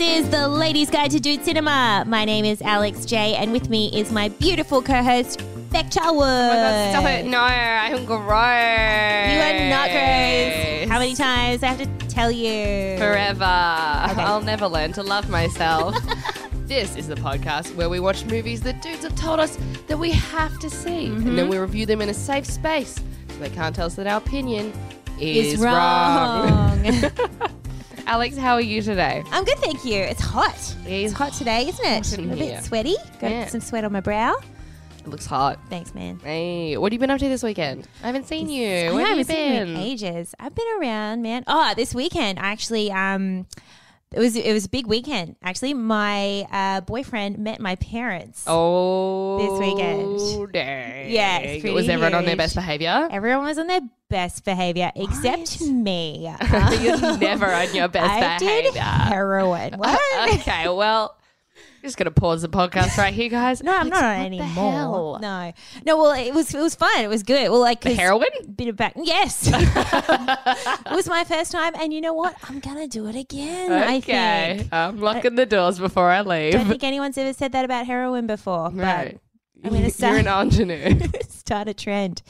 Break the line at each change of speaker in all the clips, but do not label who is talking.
is the Ladies Guide to Dude Cinema. My name is Alex J, and with me is my beautiful co-host Beck Charwood.
Oh my god, stop it. No, I'm gross.
You are not gross. How many times do I have to tell you?
Forever. I'll never learn to love myself. this is the podcast where we watch movies that dudes have told us that we have to see. And
Mm-hmm.
then we review them in a safe space so they can't tell us that our opinion is,
Is
wrong.
wrong.
Alex, how are you today?
I'm good, thank you. It's hot.
It's
It's hot today, isn't it?
hot in
I'm a
here.
bit sweaty. Got
Yeah.
some sweat on my brow.
It looks hot.
Thanks, man.
Hey, what have you been up to this weekend? I haven't seen you.
I
Where
know,
have you
it's been
been?
ages. I've been around, man. Oh, this weekend I actually um it was it was a big weekend. Actually, my uh, boyfriend met my parents.
Oh,
This weekend.
Dang.
Yeah, it's
was
pretty
everyone on their
huge.
best behavior?
Everyone was on their best behavior except me.
You're never on your best
I did
behavior.
heroin. What?
okay, well, just gonna pause the podcast right here, guys.
No, I'm
Alex,
not on
what
any
the
more.
hell?
No, no. Well, it was it was fun. It was good. Well, like
The
'cause-
heroin?
bit of back. Yes, it was my first time, and you know what? I'm gonna do it again. I
Okay,
think.
I'm locking the doors before I
I don't
leave.
think anyone's ever said that about heroin before, but
Right.
I'm gonna
You're
start,
an ingenue.
start a trend.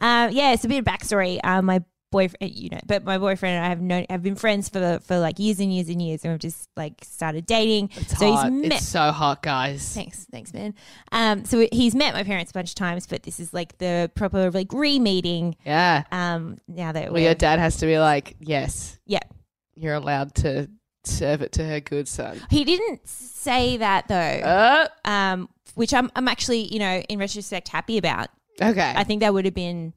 Um, yeah, it's a bit of backstory. Um, my boyfriend, you know, but my boyfriend and I have known, have been friends for for like years and years and years, and we've just like started dating.
It's
so
hot.
he's met.
It's so hot, guys.
Thanks, thanks, man. Um, so he's met my parents a bunch of times, but this is like the proper like re-meeting.
Yeah.
Um, now that
Well,
we're
your dad has to be like, yes,
yeah,
you're allowed to serve it to her good son.
He didn't say that though,
Uh,
um, which I'm, I'm actually, you know, in retrospect, happy about.
okay.
I think that would have been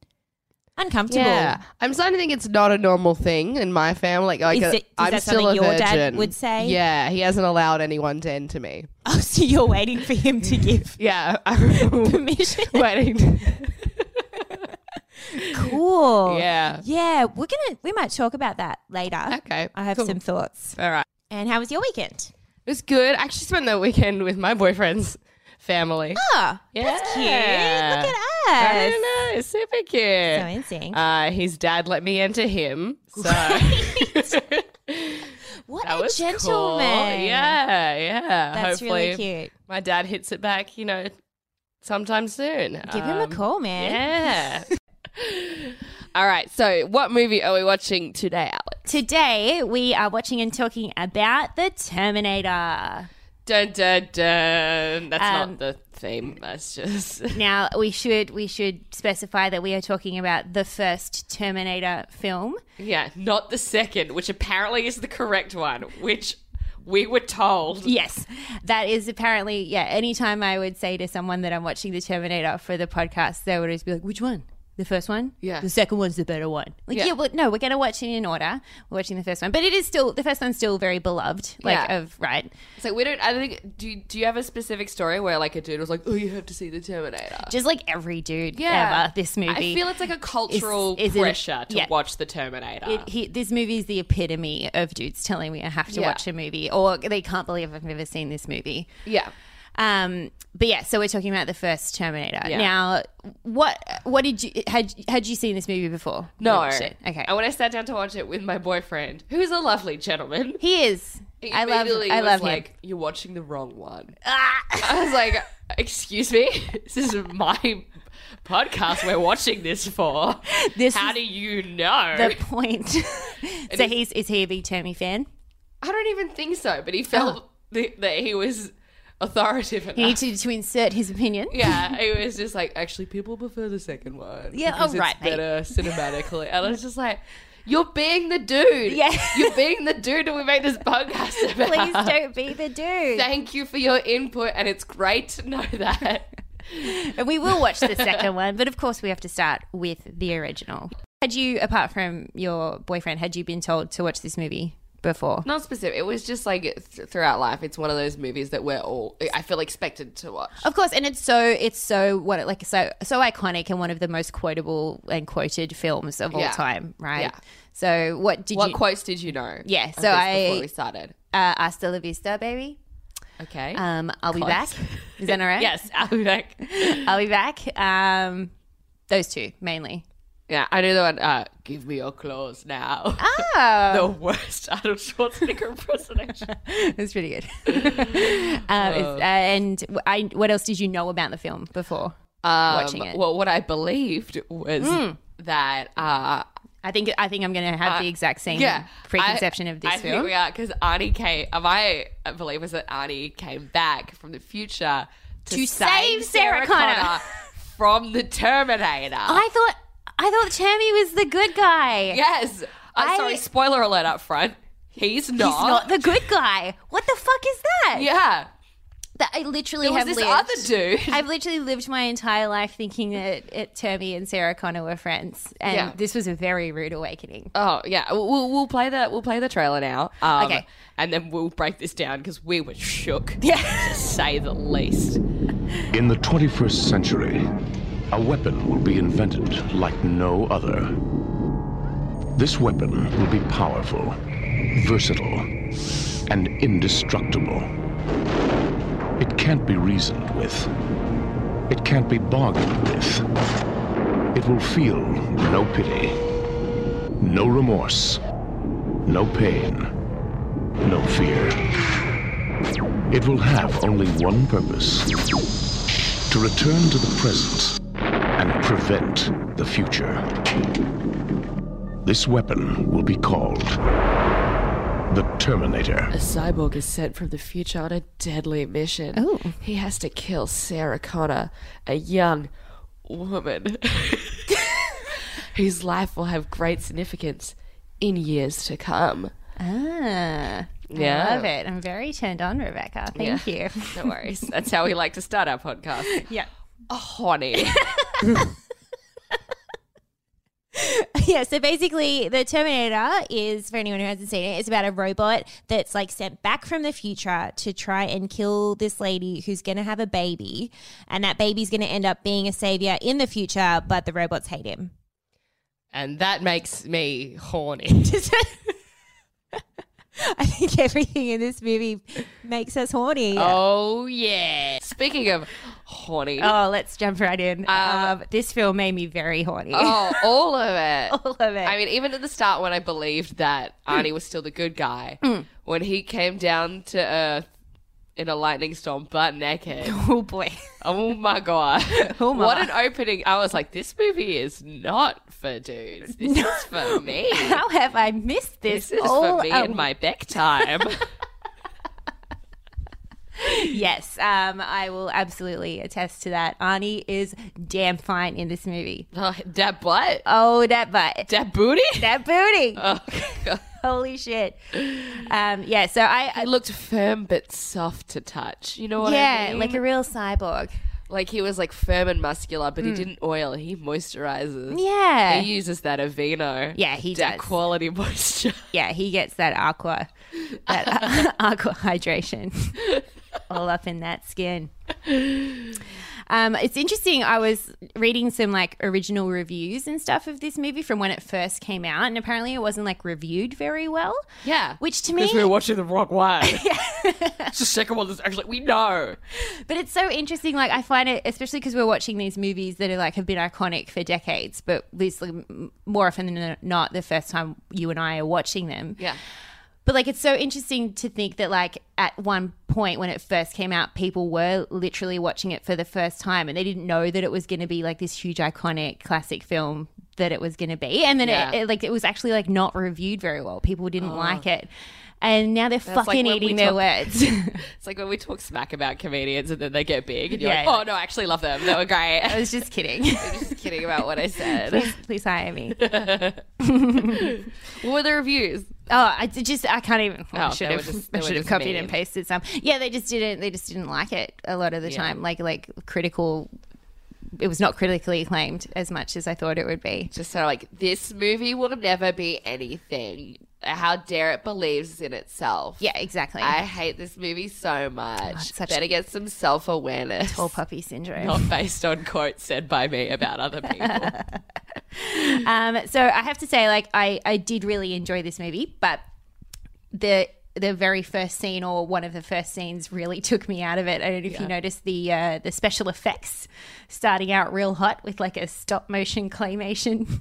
uncomfortable.
Uh. Yeah, I'm starting to think it's not a normal thing in my family. Like, like
Is
uh,
it- is
I'm
that
still a
something your
virgin.
dad would say?
Yeah, he hasn't allowed anyone to enter me.
Oh, so you're waiting for him to give
Yeah, I'm
permission?
waiting. to-
cool.
yeah.
Yeah, we're gonna we might talk about that later.
Okay.
I have
cool.
some thoughts.
All right.
And how was your weekend?
It was good. I actually spent the weekend with my boyfriend's family.
Oh,
that's
cute. Look at
Ah, I
us.
know. It's super cute.
So in sync.
uh, his dad let me enter him. So
what
that
a
was
gentleman.
cool. Yeah, yeah.
That's
Hopefully,
really cute.
my dad hits it back, you know, sometime soon.
Give him a
Um,
call, man.
Yeah. All right. So, what movie are we watching today, Alex?
Today we are watching and talking about the Terminator.
Dun dun dun. That's
Um,
not the theme. That's just
Now we should we should specify that we are talking about the first Terminator film.
yeah, not the second, which apparently is the correct one, which we were told.
Yes, that is apparently yeah. Anytime I would say to someone that I'm watching the Terminator for the podcast, they would always be like, "Which one? The first one?
Yeah.
The second one's the better one." Like,
Yeah.
yeah, well, no, we're going to watch it in order. We're watching the first one, but it is still the first one's still very beloved. Like,
Yeah.
of right.
It's like we don't. I think. Do you, do you have a specific story where like a dude was like, "Oh, you have to see the Terminator"?
Just like every dude
Yeah.
ever, this movie.
I feel it's like a cultural
is it-
pressure to
yeah.
watch the Terminator.
It, he, this movie is the epitome of dudes telling me I have to
Yeah.
watch a movie, or they can't believe I've never seen this movie.
yeah.
Um, but yeah, so we're talking about the first Terminator.
Yeah.
Now, what what did you had had you seen this movie before?
No.
Oh, shit. okay.
And when I sat down to watch it with my boyfriend, who's a lovely gentleman,
He is.
he
I love.
immediately
I
was
love
like,
him.
You're watching the wrong one.
Ah!
I was like, Excuse me? This is my podcast we're watching this for.
This
How
is
do you know?
the point. so he's is he a big Termy fan?
I don't even think so, but he
Uh-huh.
felt th- that he was authoritative enough.
You need to, to insert his opinion.
yeah, it was just like actually people prefer the second one.
Yeah,
because
oh, right,
It's
mate.
better cinematically, and I was just like, "You're being the dude.
Yeah.
you're being the dude that we made this podcast about.
Please don't be the dude.
Thank you for your input, and it's great to know that.
And we will watch the second one, but of course we have to start with the original. Had you, apart from your boyfriend, had you been told to watch this movie before?
Not specific. It was just like th- throughout life, it's one of those movies that we're all I feel expected to watch.
Of course, and it's so it's so what like so so iconic and one of the most quotable and quoted films of all
Yeah.
time, right?
Yeah.
So what did
What
you
quotes did you know?
Yeah,
of
so
this
I-
before we started.
uh, hasta la vista, baby?
Okay.
Um, I'll be
Close.
back. Is that all right?
yes, I'll be back.
I'll be back. Um, those two mainly.
Yeah, I knew the one. Uh, Give me your claws now.
Oh.
the worst Arnold Schwarzenegger impersonation.
it was pretty good. um, it's- uh, and w- I, what else did you know about the film before? Watching
Um,
it. Hmm.
Well, what I believed was that. Uh,
I think I think I'm going to have the exact same
yeah,
preconception
I-
of this
I
film.
think we are because Arnie came. Uh, my belief was that Arnie came back from the future to,
To save Sarah Connor.
from the Terminator.
I thought I thought Tammy was the good guy.
yes. I'm
I-
sorry. Spoiler alert up front. He's not.
He's not the good guy. What the fuck is that?
yeah.
That I literally
There was
have
this
lived.
other dude.
I've literally lived my entire life thinking that it, Termy and Sarah Connor were friends, and
Yeah.
this was a very rude awakening.
Oh yeah, we'll- we'll we'll play the we'll play the trailer now. Um,
Okay.
and then we'll break this down because we were shook, to say the least.
In the 21st century, a weapon will be invented like no other. This weapon will be powerful, versatile, and indestructible. It can't be reasoned with. It can't be bargained with. It will feel no pity, no remorse, no pain, no fear. It will have only one purpose to return to the present and prevent the future. This weapon will be called the Terminator.
A cyborg is sent from the future on a deadly mission. Oh. He has to kill Sarah Connor, a young woman whose life will have great significance in years to come. Oh.
Ah,
Yeah.
I love it. I'm very turned on, Rebecca. Thank you.
No worries. That's how we like to start our podcast.
Yeah.
Honey.
yeah, so basically, the Terminator is, for anyone who hasn't seen it, it's about a robot that's like sent back from the future to try and kill this lady who's going to have a baby. And that baby's going to end up being a savior in the future, but the robots hate him.
And that makes me horny.
I think everything in this movie makes us horny.
Oh yeah. Speaking of horny.
Oh, let's jump right in. Um, this film made me very horny.
Uh, Oh, all of it.
All of it.
I mean, even at the start when I believed that Arnie was still the good guy,
Mm.
when he came down to Earth in a lightning storm butt naked.
oh boy.
oh my god.
Oh my.
What an opening. I was like, this movie is not for dudes. This is for me.
How have I missed this?
This is
all
for me
a-
in my back time.
Yes, um, I will absolutely attest to that. Arnie is damn fine in this movie.
oh, that butt?
Oh, that butt.
that booty?
That booty.
oh, God.
Holy shit. Um, yeah, so I.
It
I
looked firm but soft to touch. You know what I
yeah,
mean?
like a real cyborg.
Like he was like firm and muscular, but
Mm.
he didn't oil. He moisturizes.
Yeah.
He uses that Aveeno.
Eh. Yeah, he
that
does.
quality moisture.
yeah, he gets that aqua, that aqua hydration all up in that skin. Um, it's interesting. I was reading some like original reviews and stuff of this movie from when it first came out, and apparently it wasn't like reviewed very well.
Yeah.
Which to me,
watching the wrong one. it's the second one that's actually we know.
but it's so interesting. Like I find it, especially because we're watching these movies that are like have been iconic for decades, but this like, m- more often than not, the first time you and I are watching them.
Yeah.
But like, it's so interesting to think that like at one point when it first came out, people were literally watching it for the first time, and they didn't know that it was going to be like this huge iconic classic film that it was going to be, and then
Yeah. Oh.
it, it like it was actually like not reviewed very well. People didn't like it, and now they're
like
fucking
when we
eating their
talk-
words.
It's like when we talk smack about comedians and then they get big and you're
Yeah.
like, oh no, I actually love them. They were great.
I
I
was just kidding.
was just kidding about what I said.
please, please hire me.
what were the reviews?
Oh, I d- just I can't even. well, I
Oh,
should
they
have
were just- they
I
were
should have
just
copied
mean.
and pasted some. Yeah, they just didn't. They just didn't like it a lot of the time. Like like critical. It was not critically acclaimed as much as I thought it would be.
Just sort of like, this movie will never be anything. How dare it believes in itself.
Yeah, exactly.
I hate this movie so much.
it's such-
Better get some self awareness.
Tall puppy syndrome.
Not based on quotes said by me about other people.
Um, so I have to say, like I I did really enjoy this movie, but the the very first scene or one of the first scenes really took me out of it. I don't know if you noticed the uh, the special effects starting out real hot with like a stop motion claymation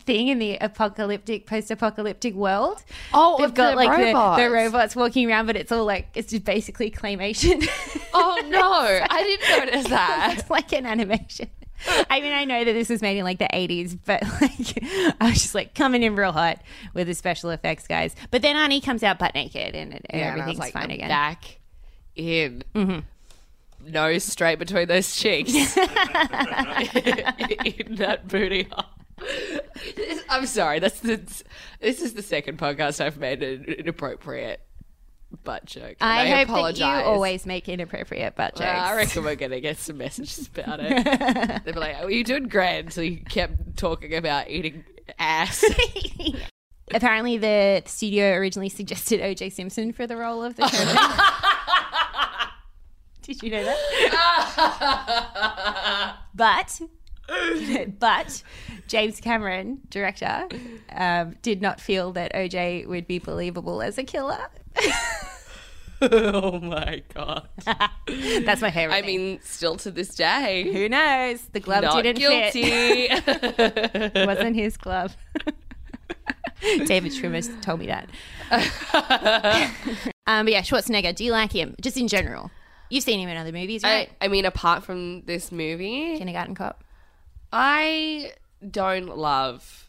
thing in the apocalyptic post apocalyptic world.
Oh,
they've
of
got
the
like The, the
robots.
robots walking around, but it's all like it's just basically claymation.
Oh no, I didn't notice that.
it's like an animation. I mean, I know that this was made in like the 80s, but like, I was just like coming in real hot with the special effects guys. But then Arnie comes out butt naked and, and
and I was
everything's
like,
fine
I'm
again. Mm-hmm.
Back in. Nose straight between those cheeks. in that booty hole. This- I'm sorry. That's the. This is the second podcast I've made an inappropriate butt joke. and
I, hope
apologize.
that you always make inappropriate butt jokes.
Uh, I reckon we're gonna get some messages about it. They'll be like, "Oh, you doing great," until you kept talking about eating ass.
Apparently, the studio originally suggested O.J. Simpson for the role of the Terminator. Did you know that? but, but James Cameron, director, um, did not feel that O.J. would be believable as a killer.
oh my god!
That's my favorite.
I
thing.
mean, still to this day,
who knows? The glove
not
didn't fit.
guilty.
It wasn't his glove. David Schwimmer told me that. Um, but yeah, Schwarzenegger. Do you like him? Just in general, you've seen him in other movies, right?
I, I mean, apart from this movie,
Kindergarten Cop.
I don't love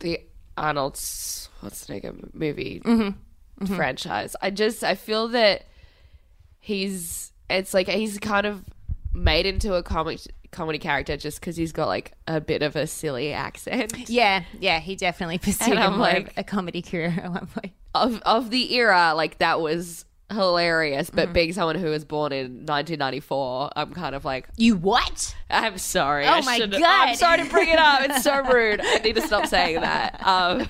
the Arnold Schwarzenegger movie
Mm-hmm.
franchise. I just I feel that he's it's like he's kind of made into a comic comedy character just because he's got like a bit of a silly accent.
Yeah, yeah, he definitely pursued
And
a
I'm
more of
like-
a comedy career at one point.
of of the era, like that was hilarious.
Mm-hmm.
But being someone who was born in 1994, I'm kind of like,
You what?
I'm sorry. Oh
my
I'm
God.
sorry to bring it up. It's so rude. I need to stop saying that. Um,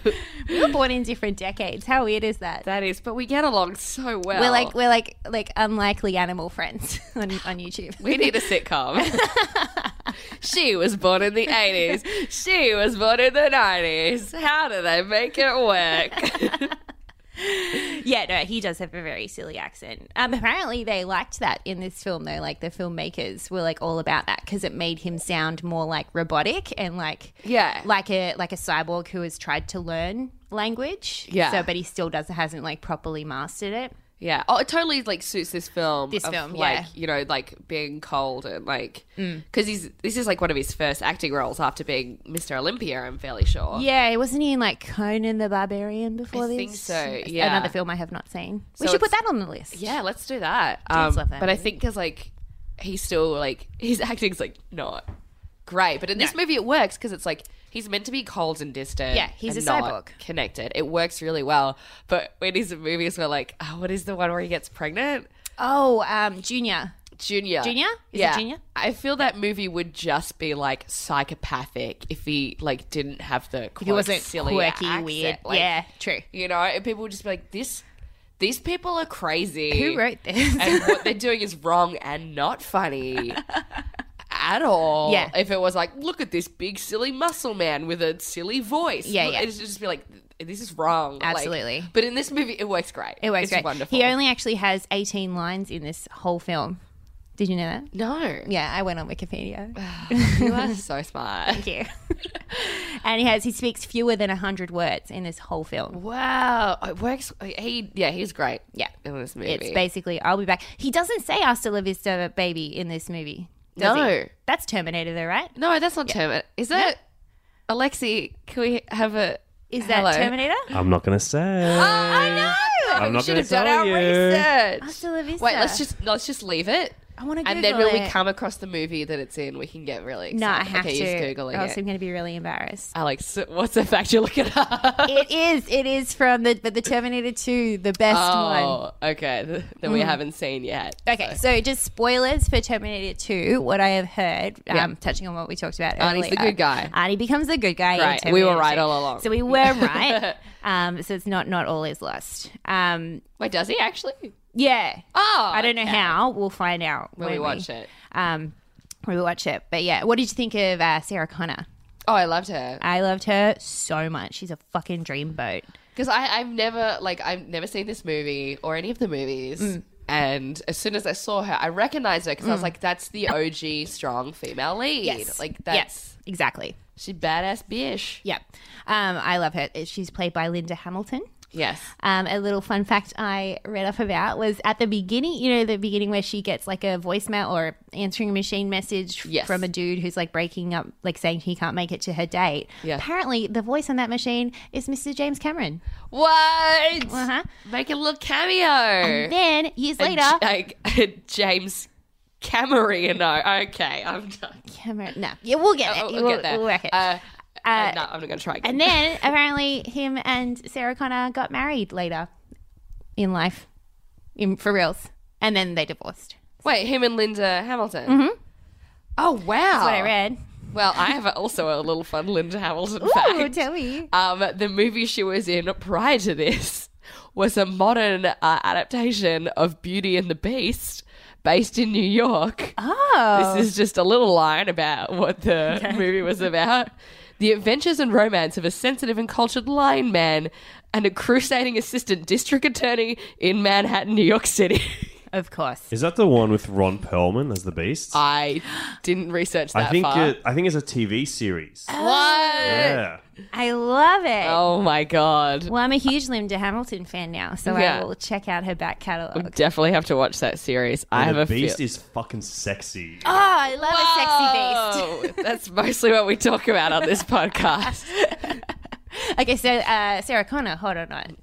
We were born in different decades. How weird is that?
that is, but we get along so well.
we're like we're like like unlikely animal friends on, on YouTube.
we need a sitcom. she was born in the 80s. She was born in the 90s. How do they make it work?
yeah, no, he does have a very silly accent. Um, apparently, they liked that in this film, though. Like the filmmakers were like all about that because it made him sound more like robotic and like
Yeah.
like a like a cyborg who has tried to learn language.
Yeah.
So, but he still doesn't hasn't like properly mastered it.
Yeah. Oh, it totally like suits this film.
This
of,
film,
like
yeah. Mm.
you know, like being cold and like because he's this is like one of his first acting roles after being Mr. Olympia. I'm fairly sure.
Yeah, wasn't he in like Conan the Barbarian before
I
this?
think so, yeah.
another film I have not seen. we
So
should put
it's-
that on the list.
Yeah, Let's do that. Um,
Kids love that
but I
movie.
think because like he's still like his acting's like not great, but in this movie it works because it's like. He's meant to be cold and distant.
Yeah, he's
and
a
not
cyborg.
Connected. It works really well. But when he's in movies, we're like, oh, what is the one where he gets pregnant?
Oh, um, Junior.
Junior.
Junior? Is it Junior?
I feel that movie would just be like psychopathic if he like didn't have the quirk,
He wasn't
silly
quirky,
accent.
weird.
Like,
yeah, true.
You know, and people would just be like, This these people are crazy.
Who wrote this?
and what they're doing is wrong and not funny. At all,
Yeah.
If it was like, look at this big silly muscle man with a silly voice,
Yeah,
Look-
yeah.
it'd just be like, this is wrong, Like,
Absolutely.
but in this movie, it works great.
It works
it's
great.
Wonderful.
He only actually has 18 lines in this whole film. Did you know that?
no,
Yeah, I went on Wikipedia.
you are so smart.
Thank you. and he has he speaks fewer than 100 words in this whole film.
Wow, Oh, it works. He yeah, he's great.
Yeah.
in this movie,
It's basically I'll be back. He doesn't say hasta la vista baby in this movie. does he?
No.
That's Terminator though, right?
no, that's not Terminator. Is that Alexi? Can we have a?
Is that
Hello.
Terminator?
I'm not gonna say.
I know.
I'm
we
not
should
gonna
have done
tell
our
you.
research.
Hasta la vista.
Wait, let's just let's just leave it.
I want to
And then when we come across the movie that it's in, we can get really excited.
No, I have
okay,
to.
He's googling
or else
it.
I'm going to be really embarrassed.
Alex, what's the fact you're looking up?
it is. It is from the but the Terminator 2, the best one. Mm.
Oh, okay. th- That we haven't seen yet.
Okay, so just spoilers for Terminator 2. What I have heard,
Yeah.
um, touching on what we talked about
Arnie's
earlier.
the good guy.
Arnie becomes the good guy. in
Right, we were
Terminator
right
2.
all along.
So we were right. um, so it's not not all is lost. Um,
Wait, does he actually?
yeah.
Oh,
I don't know how. We'll find out
When we watch it.
Um, when we watch it. But yeah, what did you think of uh, Sarah Connor?
Oh, I loved her.
I loved her so much. She's a fucking dreamboat.
because I've never like I've never seen this movie or any of the movies.
Mm.
And as soon as I saw her, I recognized her because I was like, "That's the OG strong female lead.
Yes.
Like that's
yes, exactly.
she badass bitch."
Yep. Um, I love her. She's played by Linda Hamilton.
Yes.
Um, a little fun fact I read off about was at the beginning, you know, the beginning where she gets like a voicemail or answering machine message
Yes.
from a dude who's like breaking up, like saying he can't make it to her date.
Yeah.
Apparently, the voice on that machine is Mr. James Cameron.
What?
Uh-huh.
Make a little cameo.
Then years later,
J- like James Cameron. No, okay, I'm done.
Cameron. No, yeah, we'll get it.
I'll,
we'll,
I'll Oh, get there.
we'll work it.
Uh, uh,
Uh,
no, I'm not gonna try again.
and then apparently, him and Sarah Connor got married later in life, in for reals, and then they divorced.
Wait, him and Linda Hamilton. Oh wow! That's
Mm-hmm. What I read.
Well, I have also a little fun Linda Hamilton
Oh,
fact.
tell me.
um, the movie she was in prior to this was a modern uh, adaptation of Beauty and the Beast, based in New York.
Oh,
This is just a little line about what the movie was about. The adventures and romance of a sensitive and cultured lion man and a crusading assistant district attorney in Manhattan, New York City.
of course.
Is that the one with Ron Perlman as the Beast?
I didn't research
I
Ah, that
think
far. Eh.
it, I think it's a TV series.
what?
Yeah.
I love it.
Oh my god.
Well, I'm a huge Linda Hamilton fan now, so
Yeah.
I will check out her back catalog.
Definitely have to watch that series. I
And
have a
the Beast
feel- Ah,
is fucking sexy.
Oh, I love a sexy
Oh, that's mostly what we talk about on this podcast.
beast. Okay, so uh, Sarah Connor, hold on, on.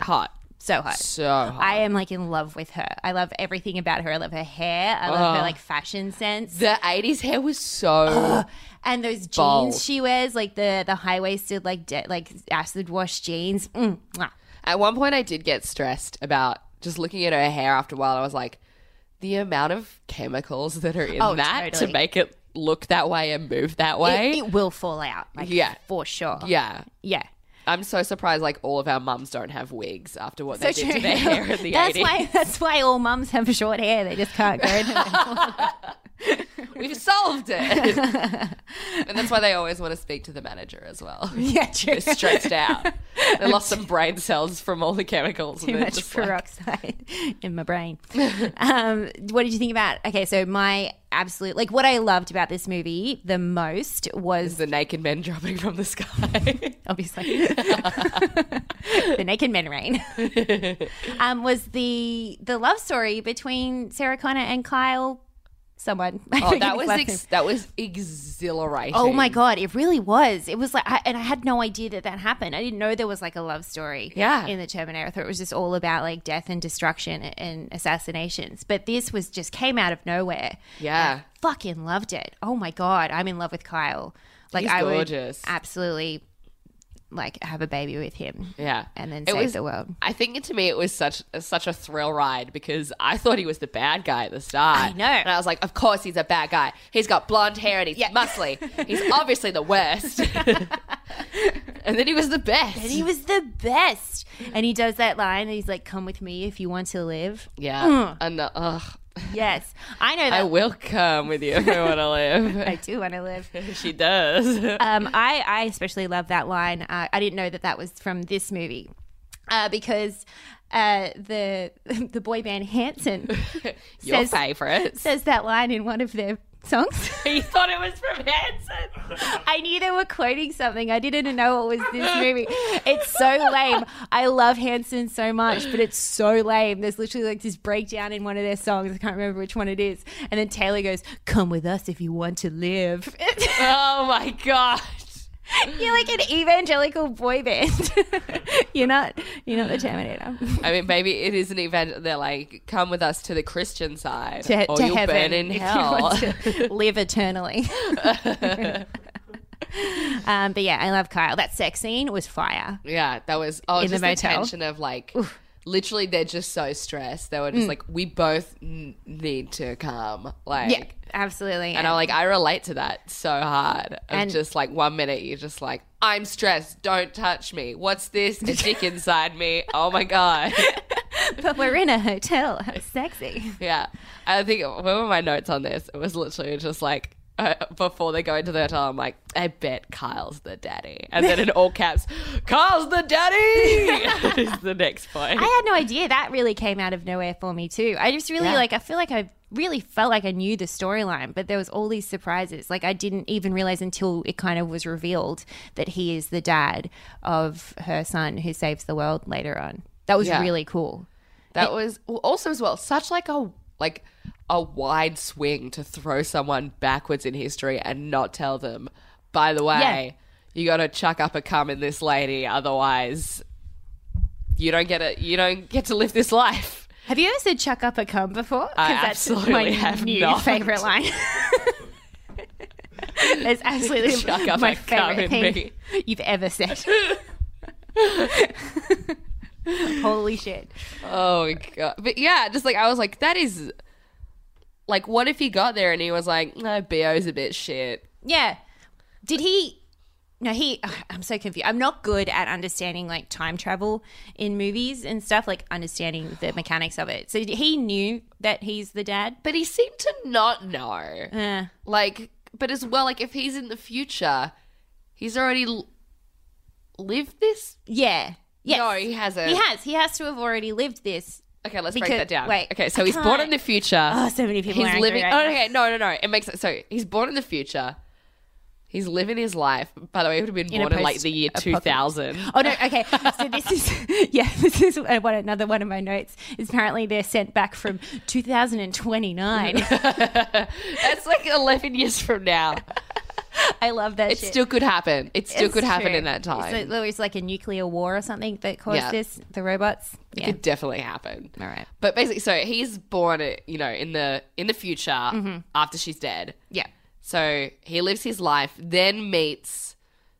Hot.
so hot.
So hot.
I am like in love with her. I love everything about her. I love her hair. I love her like fashion sense
Uh-huh. the 80s hair was so
and those
bold.
jeans she wears, like the the high waisted like de- like acid wash jeans. Mm, mwah.
At one point, I did get stressed about just looking at her hair after a while. I was like, the amount of chemicals that are in
Oh,
that
totally.
to make it look that way and move that way.
It, it will fall out, like,
Yeah.
for sure.
yeah.
yeah.
I'm so surprised, like, all of our mums don't have wigs after what
So
they did
true.
to their hair in the
that's
80s.
why. That's why all mums have short hair. They just can't grow. it.
We've solved it. and that's why they always want to speak to the manager as well.
yeah, true.
They're stressed out. They lost some brain cells from all the chemicals. and
Too
they're
much
just like-
peroxide in my brain. um, what did you think about? Okay, so my absolute like what I loved about this movie the most was
the naked men dropping from the sky.
obviously the naked men rain um, was the the love story between Sarah Connor and Kyle someone
Oh, that was ex- that was exhilarating.
oh my god it really was it was like I, and I had no idea that that happened I didn't know there was like a love story
Yeah.
in the Terminator I thought it was just all about like death and destruction and assassinations but this was just came out of nowhere
Yeah.
fucking loved it. Oh my god, I'm in love with Kyle. Like
He's
I
gorgeous.
would absolutely like have a baby with him.
Yeah.
and then
It
save
was-
the world.
I think to me it was such such a thrill ride because I thought he was the bad guy at the start.
I know.
and I was like, of course he's a bad guy. He's got blonde hair and he's
Yeah.
muscly. He's obviously the worst. and then he was the best.
And he was the best. And he does that line. And he's like, "Come with me if you want to live."
yeah, and uh, ugh,
Yes, I know that.
I
I
will come with you if I want to live.
do want to live.
she does.
Um, I, I especially love that line. Uh, I didn't know that that was from this movie, uh, because uh, the the boy band Hanson
Your
says-
favorites.
says that line in one of their songs.
he thought it was from Hanson.
I knew they were quoting something. I didn't know it was this movie. It's so lame. I love Hanson so much, but it's so lame. There's literally like this breakdown in one of their songs. I can't remember which one it is. And then Taylor goes, "Come with us if you want to live."
oh my god.
you're like an evangelical boy band. you're not. You're not the Terminator.
I mean, maybe it is an event. They're like, come with us to the Christian side,
To,
or
to
you'll
heaven
burn in
if you
Oh, hell.
want to live eternally. um, but yeah, I love Kyle. That sex scene was fire.
yeah, that was oh,
In the
just the,
motel.
tension of like, literally, they're just so stressed. They were
Mm.
just like, we both n- need to come, like.
Yeah, absolutely.
And I'm like, I relate to that so hard. And
And-
just like one minute, you're just like, I'm stressed. Don't touch me. What's this? A dick inside me. Oh my God.
but we're in a hotel. How sexy.
Yeah. I think, what were my notes on this? It was literally just like, uh, before they go into the hotel, I'm like, I bet Kyle's the daddy. And then in all caps, Kyle's the daddy is the next point.
I had no idea that really came out of nowhere for me too. I just really
Yeah.
like I feel like I really felt like I knew the storyline, but there was all these surprises. Like I didn't even realize until it kind of was revealed that he is the dad of her son who saves the world later on. That was
Yeah.
really cool.
That was well, also as well such like a like a wide swing to throw someone backwards in history and not tell them. By the way, you got to chuck up a cum in this lady, otherwise you don't get it. You don't get to live this life.
Have you ever said chuck up a cum before? 'Cause
I absolutely have
new
not.
favorite line. It's absolutely
Chuck up
my
a cum
favorite thing
in me.
you've ever said. Holy shit.
Oh my god! But yeah, just like I was like, that is like, what if he got there and he was like, no, Bo's a bit shit.
Yeah. Did he? No, he. ugh, I'm so confused. I'm not good at understanding like time travel in movies and stuff, like understanding the mechanics of it. So did- he knew that he's the dad.
But he seemed to not know.
Uh,
Like, but as well, like if he's in the future, he's already l- lived this.
yeah. Yes.
No, he hasn't.
He has. He has to have already lived this.
Okay, let's break
Because-
that down.
wait,
okay, so
I
he's born
can't-
in the future.
Oh, so many people.
he's
are
living.
Angry
oh,
right
okay, no, no, no. It makes sense. So he's born in the future. He's living his life. By the way, he would have been
In a
born in like the year two thousand.
Oh no, okay. So this is yeah, this is uh, one another one of my notes. Is apparently they're sent back from 2029.
That's like eleven years from now.
I love that.
It
shit.
still could happen. It still
It's
could happen
true.
in that time.
So there was like a nuclear war or something that caused
Yeah.
this. The robots.
It
Yeah.
could definitely happen.
All right.
But basically, so he's born, uh, you know, in the in the future after she's dead.
Mm-hmm. Yeah.
So he lives his life, then meets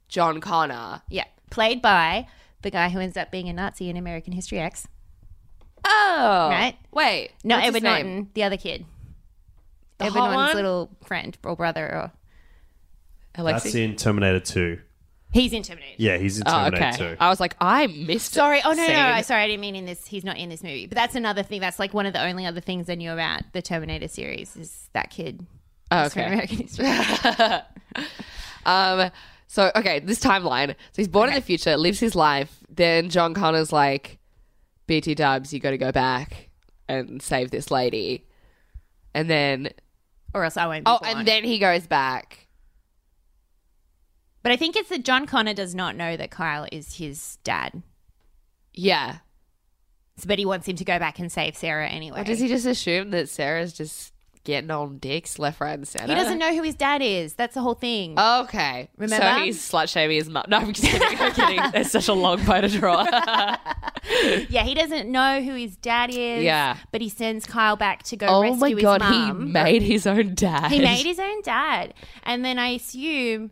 John Connor.
Yeah. Played by the guy who ends up being a Nazi in American History X.
Oh,
Right.
Wait,
Not
what's his
Edward
name?
Norton, the other kid.
The
Edward
hot
Norton's
one?
little friend or brother or
Alexi.
That's in Terminator 2.
he's in Terminator.
Yeah, he's in
Oh,
Terminator
okay.
2.
I was like, I missed.
Sorry. Oh no, no,
scene.
no. Sorry, I didn't mean in this. He's not in this movie. But that's another thing. That's like one of the only other things I knew about the Terminator series is that kid.
Oh,
He's from
okay.
American History.
Um. So okay, this timeline. So he's born in the future, lives his life. Then John Connor's like, BT Dubs, you got to go back and save this lady. And then
or else I won't. Be
oh,
born.
and then he goes back.
But I think it's that John Connor does not know that Kyle is his dad,
Yeah.
So- but he wants him to go back and save Sarah anyway.
Or does he just assume that Sarah's just getting on dicks left, right, and center?
He doesn't know who his dad is. That's the whole thing.
Okay.
Remember?
So he's slut shaming his mum. No, I'm just kidding. I'm kidding. That's such a long bone to draw.
yeah, he doesn't know who his dad is.
Yeah.
but he sends Kyle back to go
oh
rescue
my god,
his
he
mom.
made his own dad.
He made his own dad, and then I assume.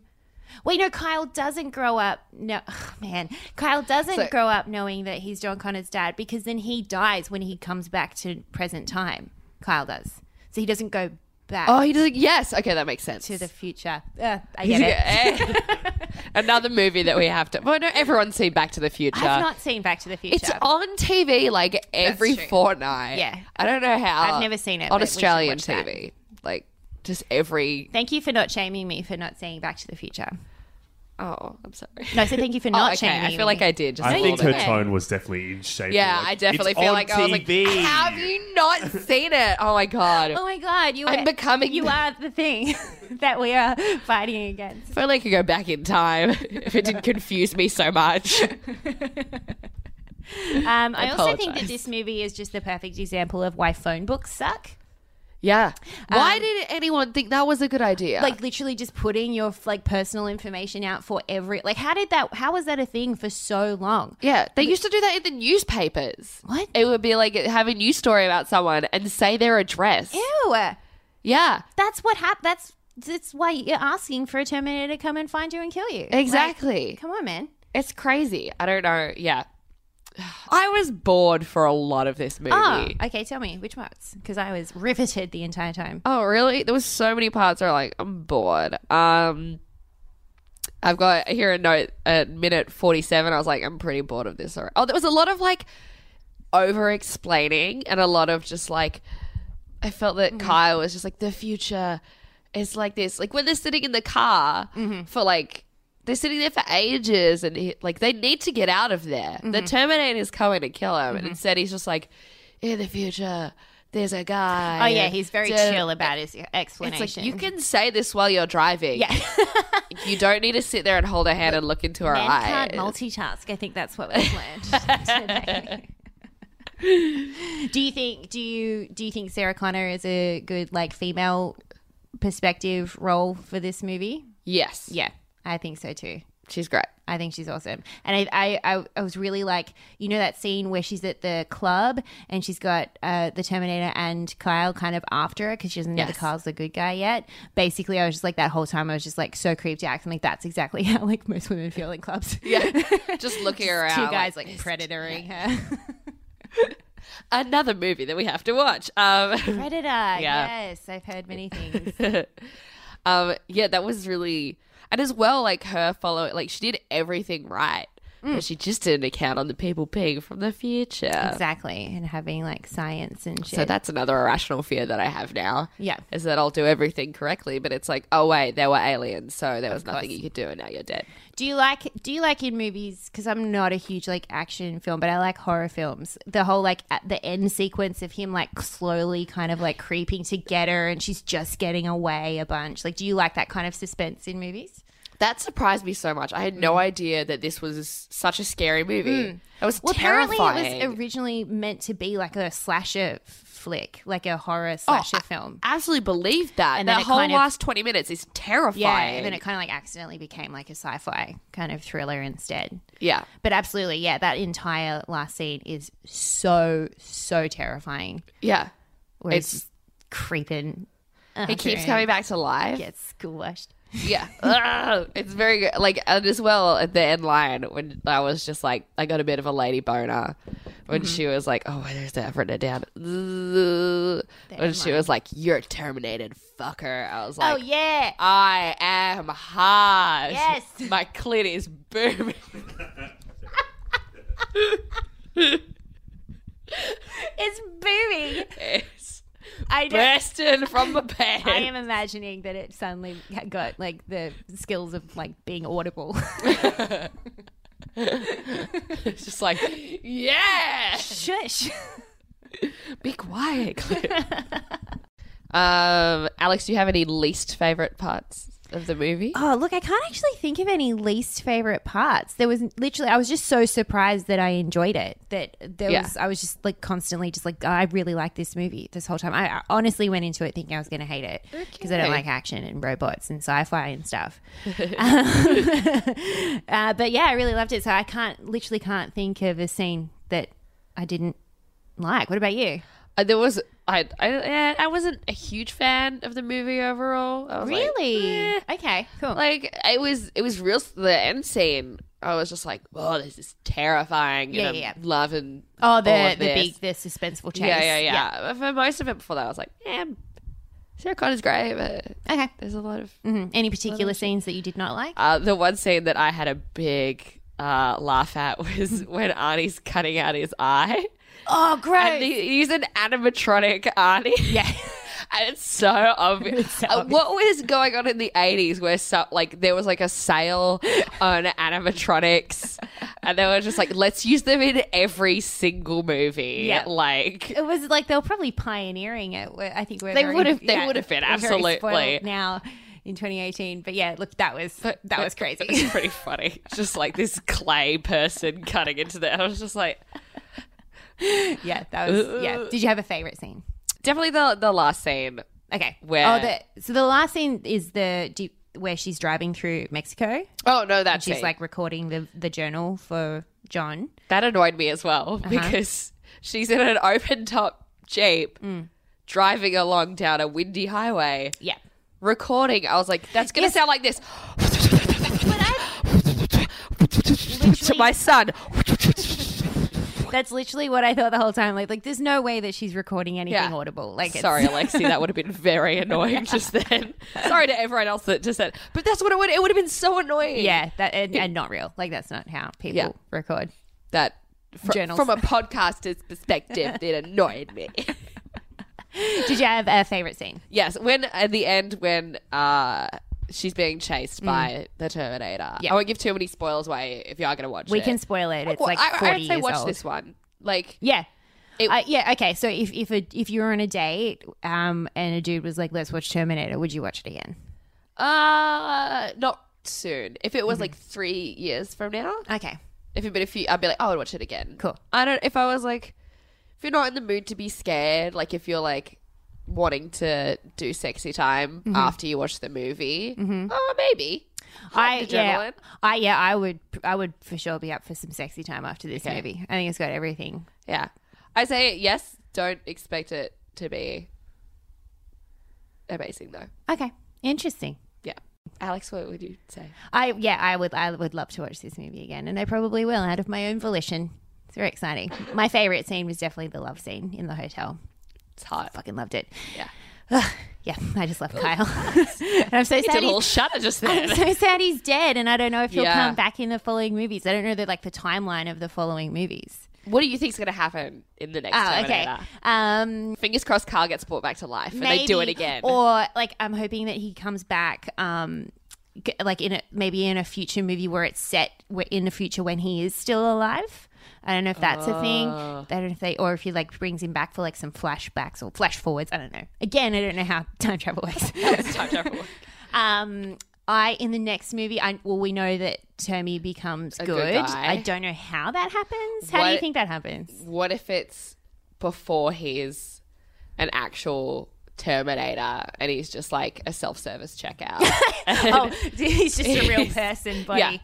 Wait, no, Kyle doesn't grow up. No, ugh, man, Kyle doesn't
So-
grow up knowing that he's John Connor's dad because then he dies when he comes back to present time. Kyle does, so he doesn't go back.
Oh, he doesn't. Yes. Okay, that makes sense.
to the future. Uh, I
He's
get
like,
it.
eh. Another movie that we have to. Well, no, everyone's seen Back to the Future.
I've not seen Back to the Future.
it's on TV like every
true.
fortnight.
Yeah.
I don't know how.
I've never seen it, but
on
we should
Australian
watch that.
TV. Like just every.
thank you for not shaming me for not saying Back to the Future.
Oh, I'm sorry.
No, so thank you for not
oh, okay.
shaming me.
I feel like I did. Just a
I
little
think
bit.
her tone was definitely in shape.
Yeah,
Like,
I definitely
"It's
feel
on
like I was like,
TV."
have you not seen it? Oh my god.
Oh my god, you
I'm
are,
becoming-
you are the thing that we are fighting against.
If only I could go back in time. if it didn't confuse me so much.
Um, I also think that
apologise.
this movie is just the perfect example of why phone books suck.
Yeah. Why did anyone think that was a good idea?
Like literally just putting your like personal information out for every like how did that how was that a thing for so long?
yeah, they used to do that in the newspapers.
What?
It would be like have a news story about someone and say their address.
Ew.
Yeah,
That's what happened. That's that's why you're asking for a Terminator to come and find you and kill you.
exactly.
Like, come on, man.
it's crazy. I don't know. Yeah. I was bored for a lot of this movie.
Oh, okay. Tell me which parts because I was riveted the entire time.
Oh, really? There was so many parts where like I'm bored. Um I've got here a note at minute 47. I was like I'm pretty bored of this. alre- Oh, there was a lot of like over
Mm.
explaining and a lot of just like I felt that Kyle was just like the future it's like this. Like when they're sitting in the car
Mm-hmm.
for like they're sitting there for ages, and he, like they need to get out of there. The
Mm-hmm.
Terminator's coming to kill him, and instead he's just like, in the future. There's a guy.
Oh yeah, he's very
Da-
chill about his
It's
explanation.
like you can say this while you're driving.
yeah.
You don't need to sit there and hold her hand and look into her
Men
eyes.
can't multitask. I think that's what we've learned today. do you think do you do you think Sarah Connor is a good like female perspective role for this movie?
yes.
Yeah, I think so too.
She's great.
I think she's awesome. And I, I, I, I was really like, you know, that scene where she's at the club and she's got uh, the Terminator and Kyle kind of after her because she doesn't know that
Yes.
Kyle's the good guy yet. Basically, I was just like, that whole time, I was just like so creeped out. 'cause I'm like, that's exactly how like most women feel in clubs.
Yeah. Just looking around.
Two guys like,
this-
predatoring her.
Another movie that we have to watch. Um,
Predator. Yes, I've heard many things.
um, yeah, that was really. And as well, like her follow, like she did everything right,
Mm.
but she just didn't account on the people being from the future.
exactly. And having like science and shit.
So that's another irrational fear that I have now.
Yeah.
Is that I'll do everything correctly, but it's like, oh, wait, there were aliens, so there was nothing you could do, and now you're dead.
Do you like do you like in movies cuz I'm not a huge like action film but I like horror films. The whole like at the end sequence of him like slowly kind of like creeping to get her and she's just getting away a bunch. Like do you like that kind of suspense in movies?
That surprised me so much. I had no idea that this was such a scary movie. Mm. It was
Well,
terrifying.
apparently it was originally meant to be like a slasher flick, like a horror slasher film.
Absolutely believed that.
And
And
then
that
it
whole
kind of-
last twenty minutes is terrifying.
yeah, and then it kind of like accidentally became like a sci-fi kind of thriller instead.
yeah.
But absolutely, yeah, that entire last scene is so so terrifying.
Yeah.
where it's,
It's-
just creeping.
It keeps coming back to life.
Gets squashed.
Yeah. Ugh. it's very good. Like, and as well, at the end line, when I was just like, I got a bit of a lady boner when she was like, oh, wait, there's that written it down. When she was like, you're terminated, fucker. I was like,
oh yeah.
I am hard.
Yes.
My clit is booming.
It's booming.
It's
I know.
bursting from the pants.
I am imagining that it suddenly got like the skills of like being audible.
It's just like, yeah.
Shush.
Be quiet. um, Alex, do you have any least favorite parts of the movie?
Oh, look, I can't actually think of any least favorite parts. There was literally, I was just so surprised that I enjoyed it. That there
Yeah.
was, I was just like constantly just like, "Oh, I really like this movie this whole time. I, I honestly went into it thinking I was going to hate it because I don't
Okay.
like action and robots and sci fi and stuff. um, uh, but yeah, I really loved it. So I can't, literally can't think of a scene that I didn't like. What about you?
Uh, there was I I eh, I wasn't a huge fan of the movie overall. I was like, eh.
okay, cool.
Like, it was it was real the end scene. I was just like, oh, this is terrifying.
Yeah,
and
yeah,
I'm
yeah.
loving
oh, the,
all
the
of this.
big, the suspenseful chase.
Yeah, yeah, yeah, But For most of it before that, I was like, yeah, Sarah Connor's great, but
Okay.
there's a lot of
Mhm. Any particular scenes that you did not like?
Uh, the one scene that I had a big uh, laugh at was when Arnie's cutting out his eye.
Oh,
And
great!
he- he's an animatronic Arnie.
Yeah.
And it's so obvious. Uh, what was going on in the 80s where so, like there was like a sale on animatronics and they were just like let's use them in every single movie.
Yeah.
Like
It was like they were probably pioneering it. We're- I think we're
They
very-
would've- they would've been,
we're very spoiled
absolutely.
now in 2018. But yeah, look, that was that was crazy.
It's pretty funny. just like this clay person cutting into the I was just like
yeah, that was yeah. Did you have a favorite scene?
definitely the the last scene
Okay,
Where-
oh the so the last scene is the do you- where she's driving through Mexico.
Oh no, that
She's
scene.
like recording the the journal for John.
that annoyed me as well because she's in an open top jeep driving along down a windy highway
Yeah.
recording. I was like, that's gonna sound like this to my son.
That's literally what I thought the whole time. Like, like there's no way that she's recording anything
Yeah.
audible. Like, it's-
Sorry, Alexi, that would have been very annoying just then. Sorry to everyone else that just said, but that's what it would. It would have been so annoying.
Yeah, that and, and not real. Like that's not how people
Yeah.
record.
that fr-
Journals.
from a podcaster's perspective, it annoyed me.
Did you have a favorite scene?
Yes, when at the end when uh she's being chased by the Terminator.
Mm. Yeah.
I won't give too many spoilers away if you are going to watch
We
it.
can spoil it. It's
Well,
like
I,
forty
I'd say
years
watch
old.
this one. Like
Yeah.
It-
uh, yeah. Okay. So if if a, if you were on a date, um, and a dude was like, "Let's watch Terminator," would you watch it again?
uh not soon. If
Mm-hmm.
it was like 3 years from now,
Okay.
if it'd been a few I'd be like, oh, I would watch it again.
Cool.
I don't if I was like if you're not in the mood to be scared, like if you're like wanting to do sexy time
Mm-hmm.
after you watch the movie, oh maybe.
I
Hyped
yeah,
adrenaline.
I yeah, I would I would for sure be up for some sexy time after this movie. I think it's got everything.
Yeah. I say yes, don't expect it to be amazing though.
Okay, interesting.
Yeah. Alex, what would you say?
I yeah, I would I would love to watch this movie again, and I probably will out of my own volition. It's very exciting. My favorite scene was definitely the love scene in the hotel.
It's hot.
Fucking loved it.
Yeah.
Yeah, I just love Kyle. and I'm so
Oh. Did
sad.
a little
He's,
shudder just then.
I'm so sad he's dead, and I don't know if he'll
Yeah.
come back in the following movies. I don't know the like the timeline of the following movies.
what do you think's going to happen in the next
Oh, okay.
Terminator?
Um,
Fingers crossed Carl gets brought back to life and they do it
Maybe.
again.
Or like I'm hoping that he comes back um g- like in a maybe in a future movie where it's set wh- in the future when he is still alive. I don't know if that's a thing.
Ah.
I don't know if they or if he like brings him back for like some flashbacks or flash forwards. I don't know. Again, I don't know how time travel works.
Time travel.
um I in the next movie, I well we know that Termy becomes
good
good.
guy.
I don't know how that happens. How do you
What-
think that happens?
what if it's before he's an actual Terminator and he's just like a self-service checkout?
Oh, he's just a real person, buddy.
Yeah.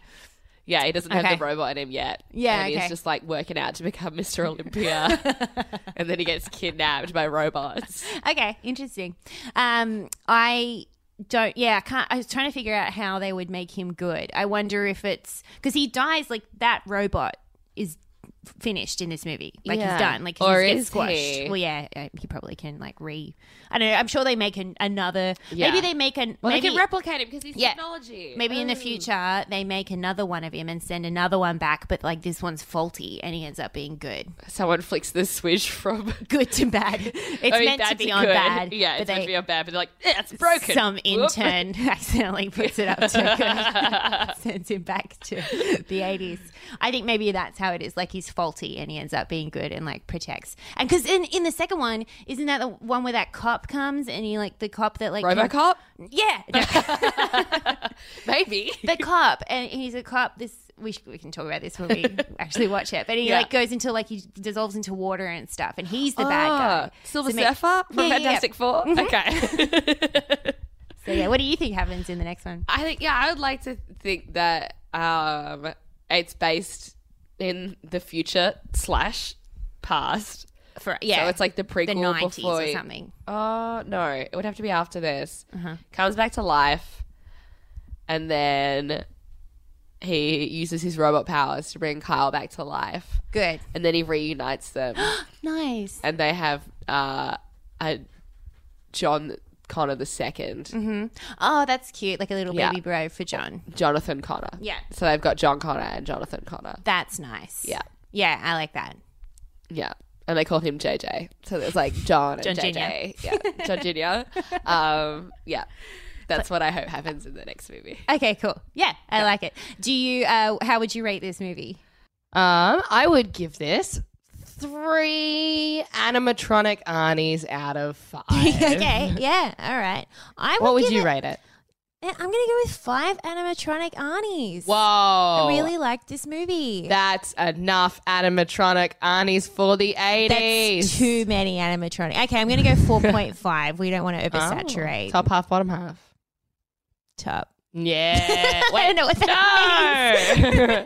Yeah, he doesn't
Okay.
have the robot in him yet.
Yeah,
and
okay.
he's just like working out to become Mr. Olympia, and then he gets kidnapped by robots.
okay, interesting. Um, I don't. Yeah, I can't. I was trying to figure out how they would make him good. I wonder if it's because he dies like that robot is f- finished in this movie. Like
Yeah.
he's done. Like
Or
he
is
gets squashed.
he?
Well, yeah, uh, he probably can like re. I don't know. I'm sure they make an, another.
Yeah.
Maybe they make an.
Well,
maybe,
they can Oh. replicate him because he's
Yeah.
technology.
Maybe in the future they make another one of him and send another one back, but like this one's faulty and he ends up being good,
Someone flicks the switch from.
good to bad. It's
I mean,
meant to
that's
be on
good.
bad.
Yeah,
but
it's meant
they-
to be on bad, but they're like, "Eh, it's broken.
Some
Whoop.
intern accidentally puts it up to good, sends him back to the eighties. I think maybe that's how it is. Like he's faulty and he ends up being good and like protects. And because in in the second one, isn't that the one where that cop comes and he like the cop that like
Robocop?
Yeah,
Maybe.
the cop and he's a cop. This we sh we can talk about this when we actually watch it. But he
Yeah.
like goes into like he dissolves into water and stuff, and he's the bad guy.
Ah, Silver
So ma-
Surfer from
Yeah, yeah, Mm-hmm. yeah.
Fantastic 4 Okay.
So yeah, what do you think happens in the next one?
I think yeah, I would like to think that um, it's based in the future slash past.
For yeah,
So it's like the prequel
the nineties
before
or
he-
something. Uh-huh.
Oh no, it would have to be after this. Comes back to life, and then he uses his robot powers to bring Kyle back to life,
Good.
and then he reunites them,
Nice.
and they have uh, a John Connor the 2nd
Oh, that's cute. Like a little
Yeah.
baby bro for John.
Jonathan Connor.
Yeah.
So they've got John Connor and Jonathan Connor.
That's nice.
Yeah.
Yeah, I like that.
Yeah. And they called him JJ. So there's like John and
John
JJ. Yeah. John Junior. Um, yeah. That's what I hope happens in the next movie.
Okay, cool. Yeah, I like it. Do you, uh, how would you rate this movie?
Um, I would give this three animatronic Arnie's out of five.
okay, yeah, all right. I would
What would
give
you
it-
rate it?
eh,
I'm going to go with five animatronic Arnies.
Whoa.
I really liked this movie.
That's enough animatronic Arnie's for the 80s.
That's too many animatronic. Okay, I'm going to go 4.5. we don't want to
Oh.
oversaturate.
Top half, bottom half.
Top.
Yeah.
I don't know what that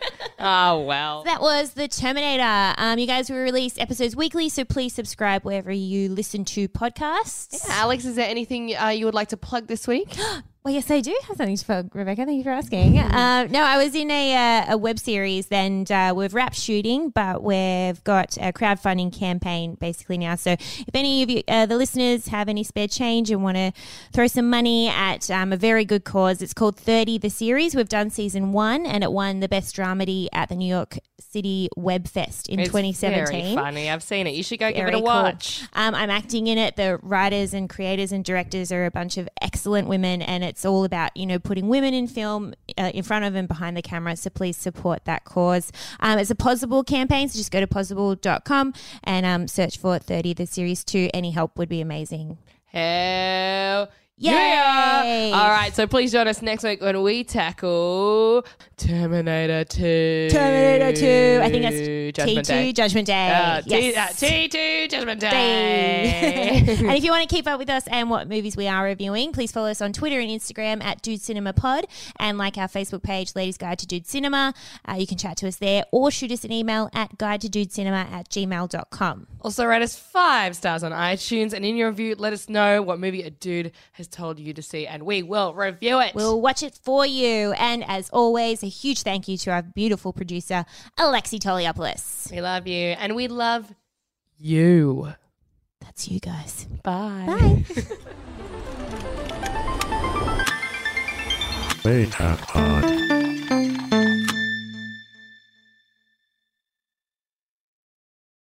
no. oh well.
That was The Terminator. Um, you guys will release episodes weekly, so please subscribe wherever you listen to podcasts.
Alex, is there anything uh, you would like to plug this week?
Well, yes, I do have something to plug, Rebecca. Thank you for asking.
Mm-hmm.
Uh, no, I was in a, uh, a web series and uh, we've wrapped shooting, but we've got a crowdfunding campaign basically now. So if any of you, uh, the listeners, have any spare change and want to throw some money at um, a very good cause, it's called 30 The Series. We've done season one and it won the best dramedy at the New York City Web Fest in
It's
2017.
Very funny. I've seen it. You should go give it
Very
a
cool.
watch.
Um, I'm acting in it. The writers and creators and directors are a bunch of excellent women, and it's all about you know putting women in film uh, in front of and behind the camera. So please support that cause. Um, it's a possible campaign, so just go to possible.com and um, search for 30 the series two. Any help would be amazing.
Hell
Yay!
yeah! All right, so please join us next week when we tackle Terminator 2.
Terminator two. I think that's T two
Judgment Day.
Judgment Day.
Uh, T-
Yes.
uh, T2 Judgment Day.
and if you want to keep up with us and what movies we are reviewing, please follow us on Twitter and Instagram at Dude Cinema Pod and like our Facebook page, Ladies Guide to Dude Cinema. Uh, you can chat to us there or shoot us an email at guide to dude cinema at gmail.com.
also, rate us five stars on iTunes and in your review, let us know what movie a dude has told you to see, and we will review it.
We'll watch it for you. And as always, a huge thank you to our beautiful producer, Alexi Toliopoulos.
we love you, and we love you.
That's you guys.
Bye.
Bye.
Beta Pod.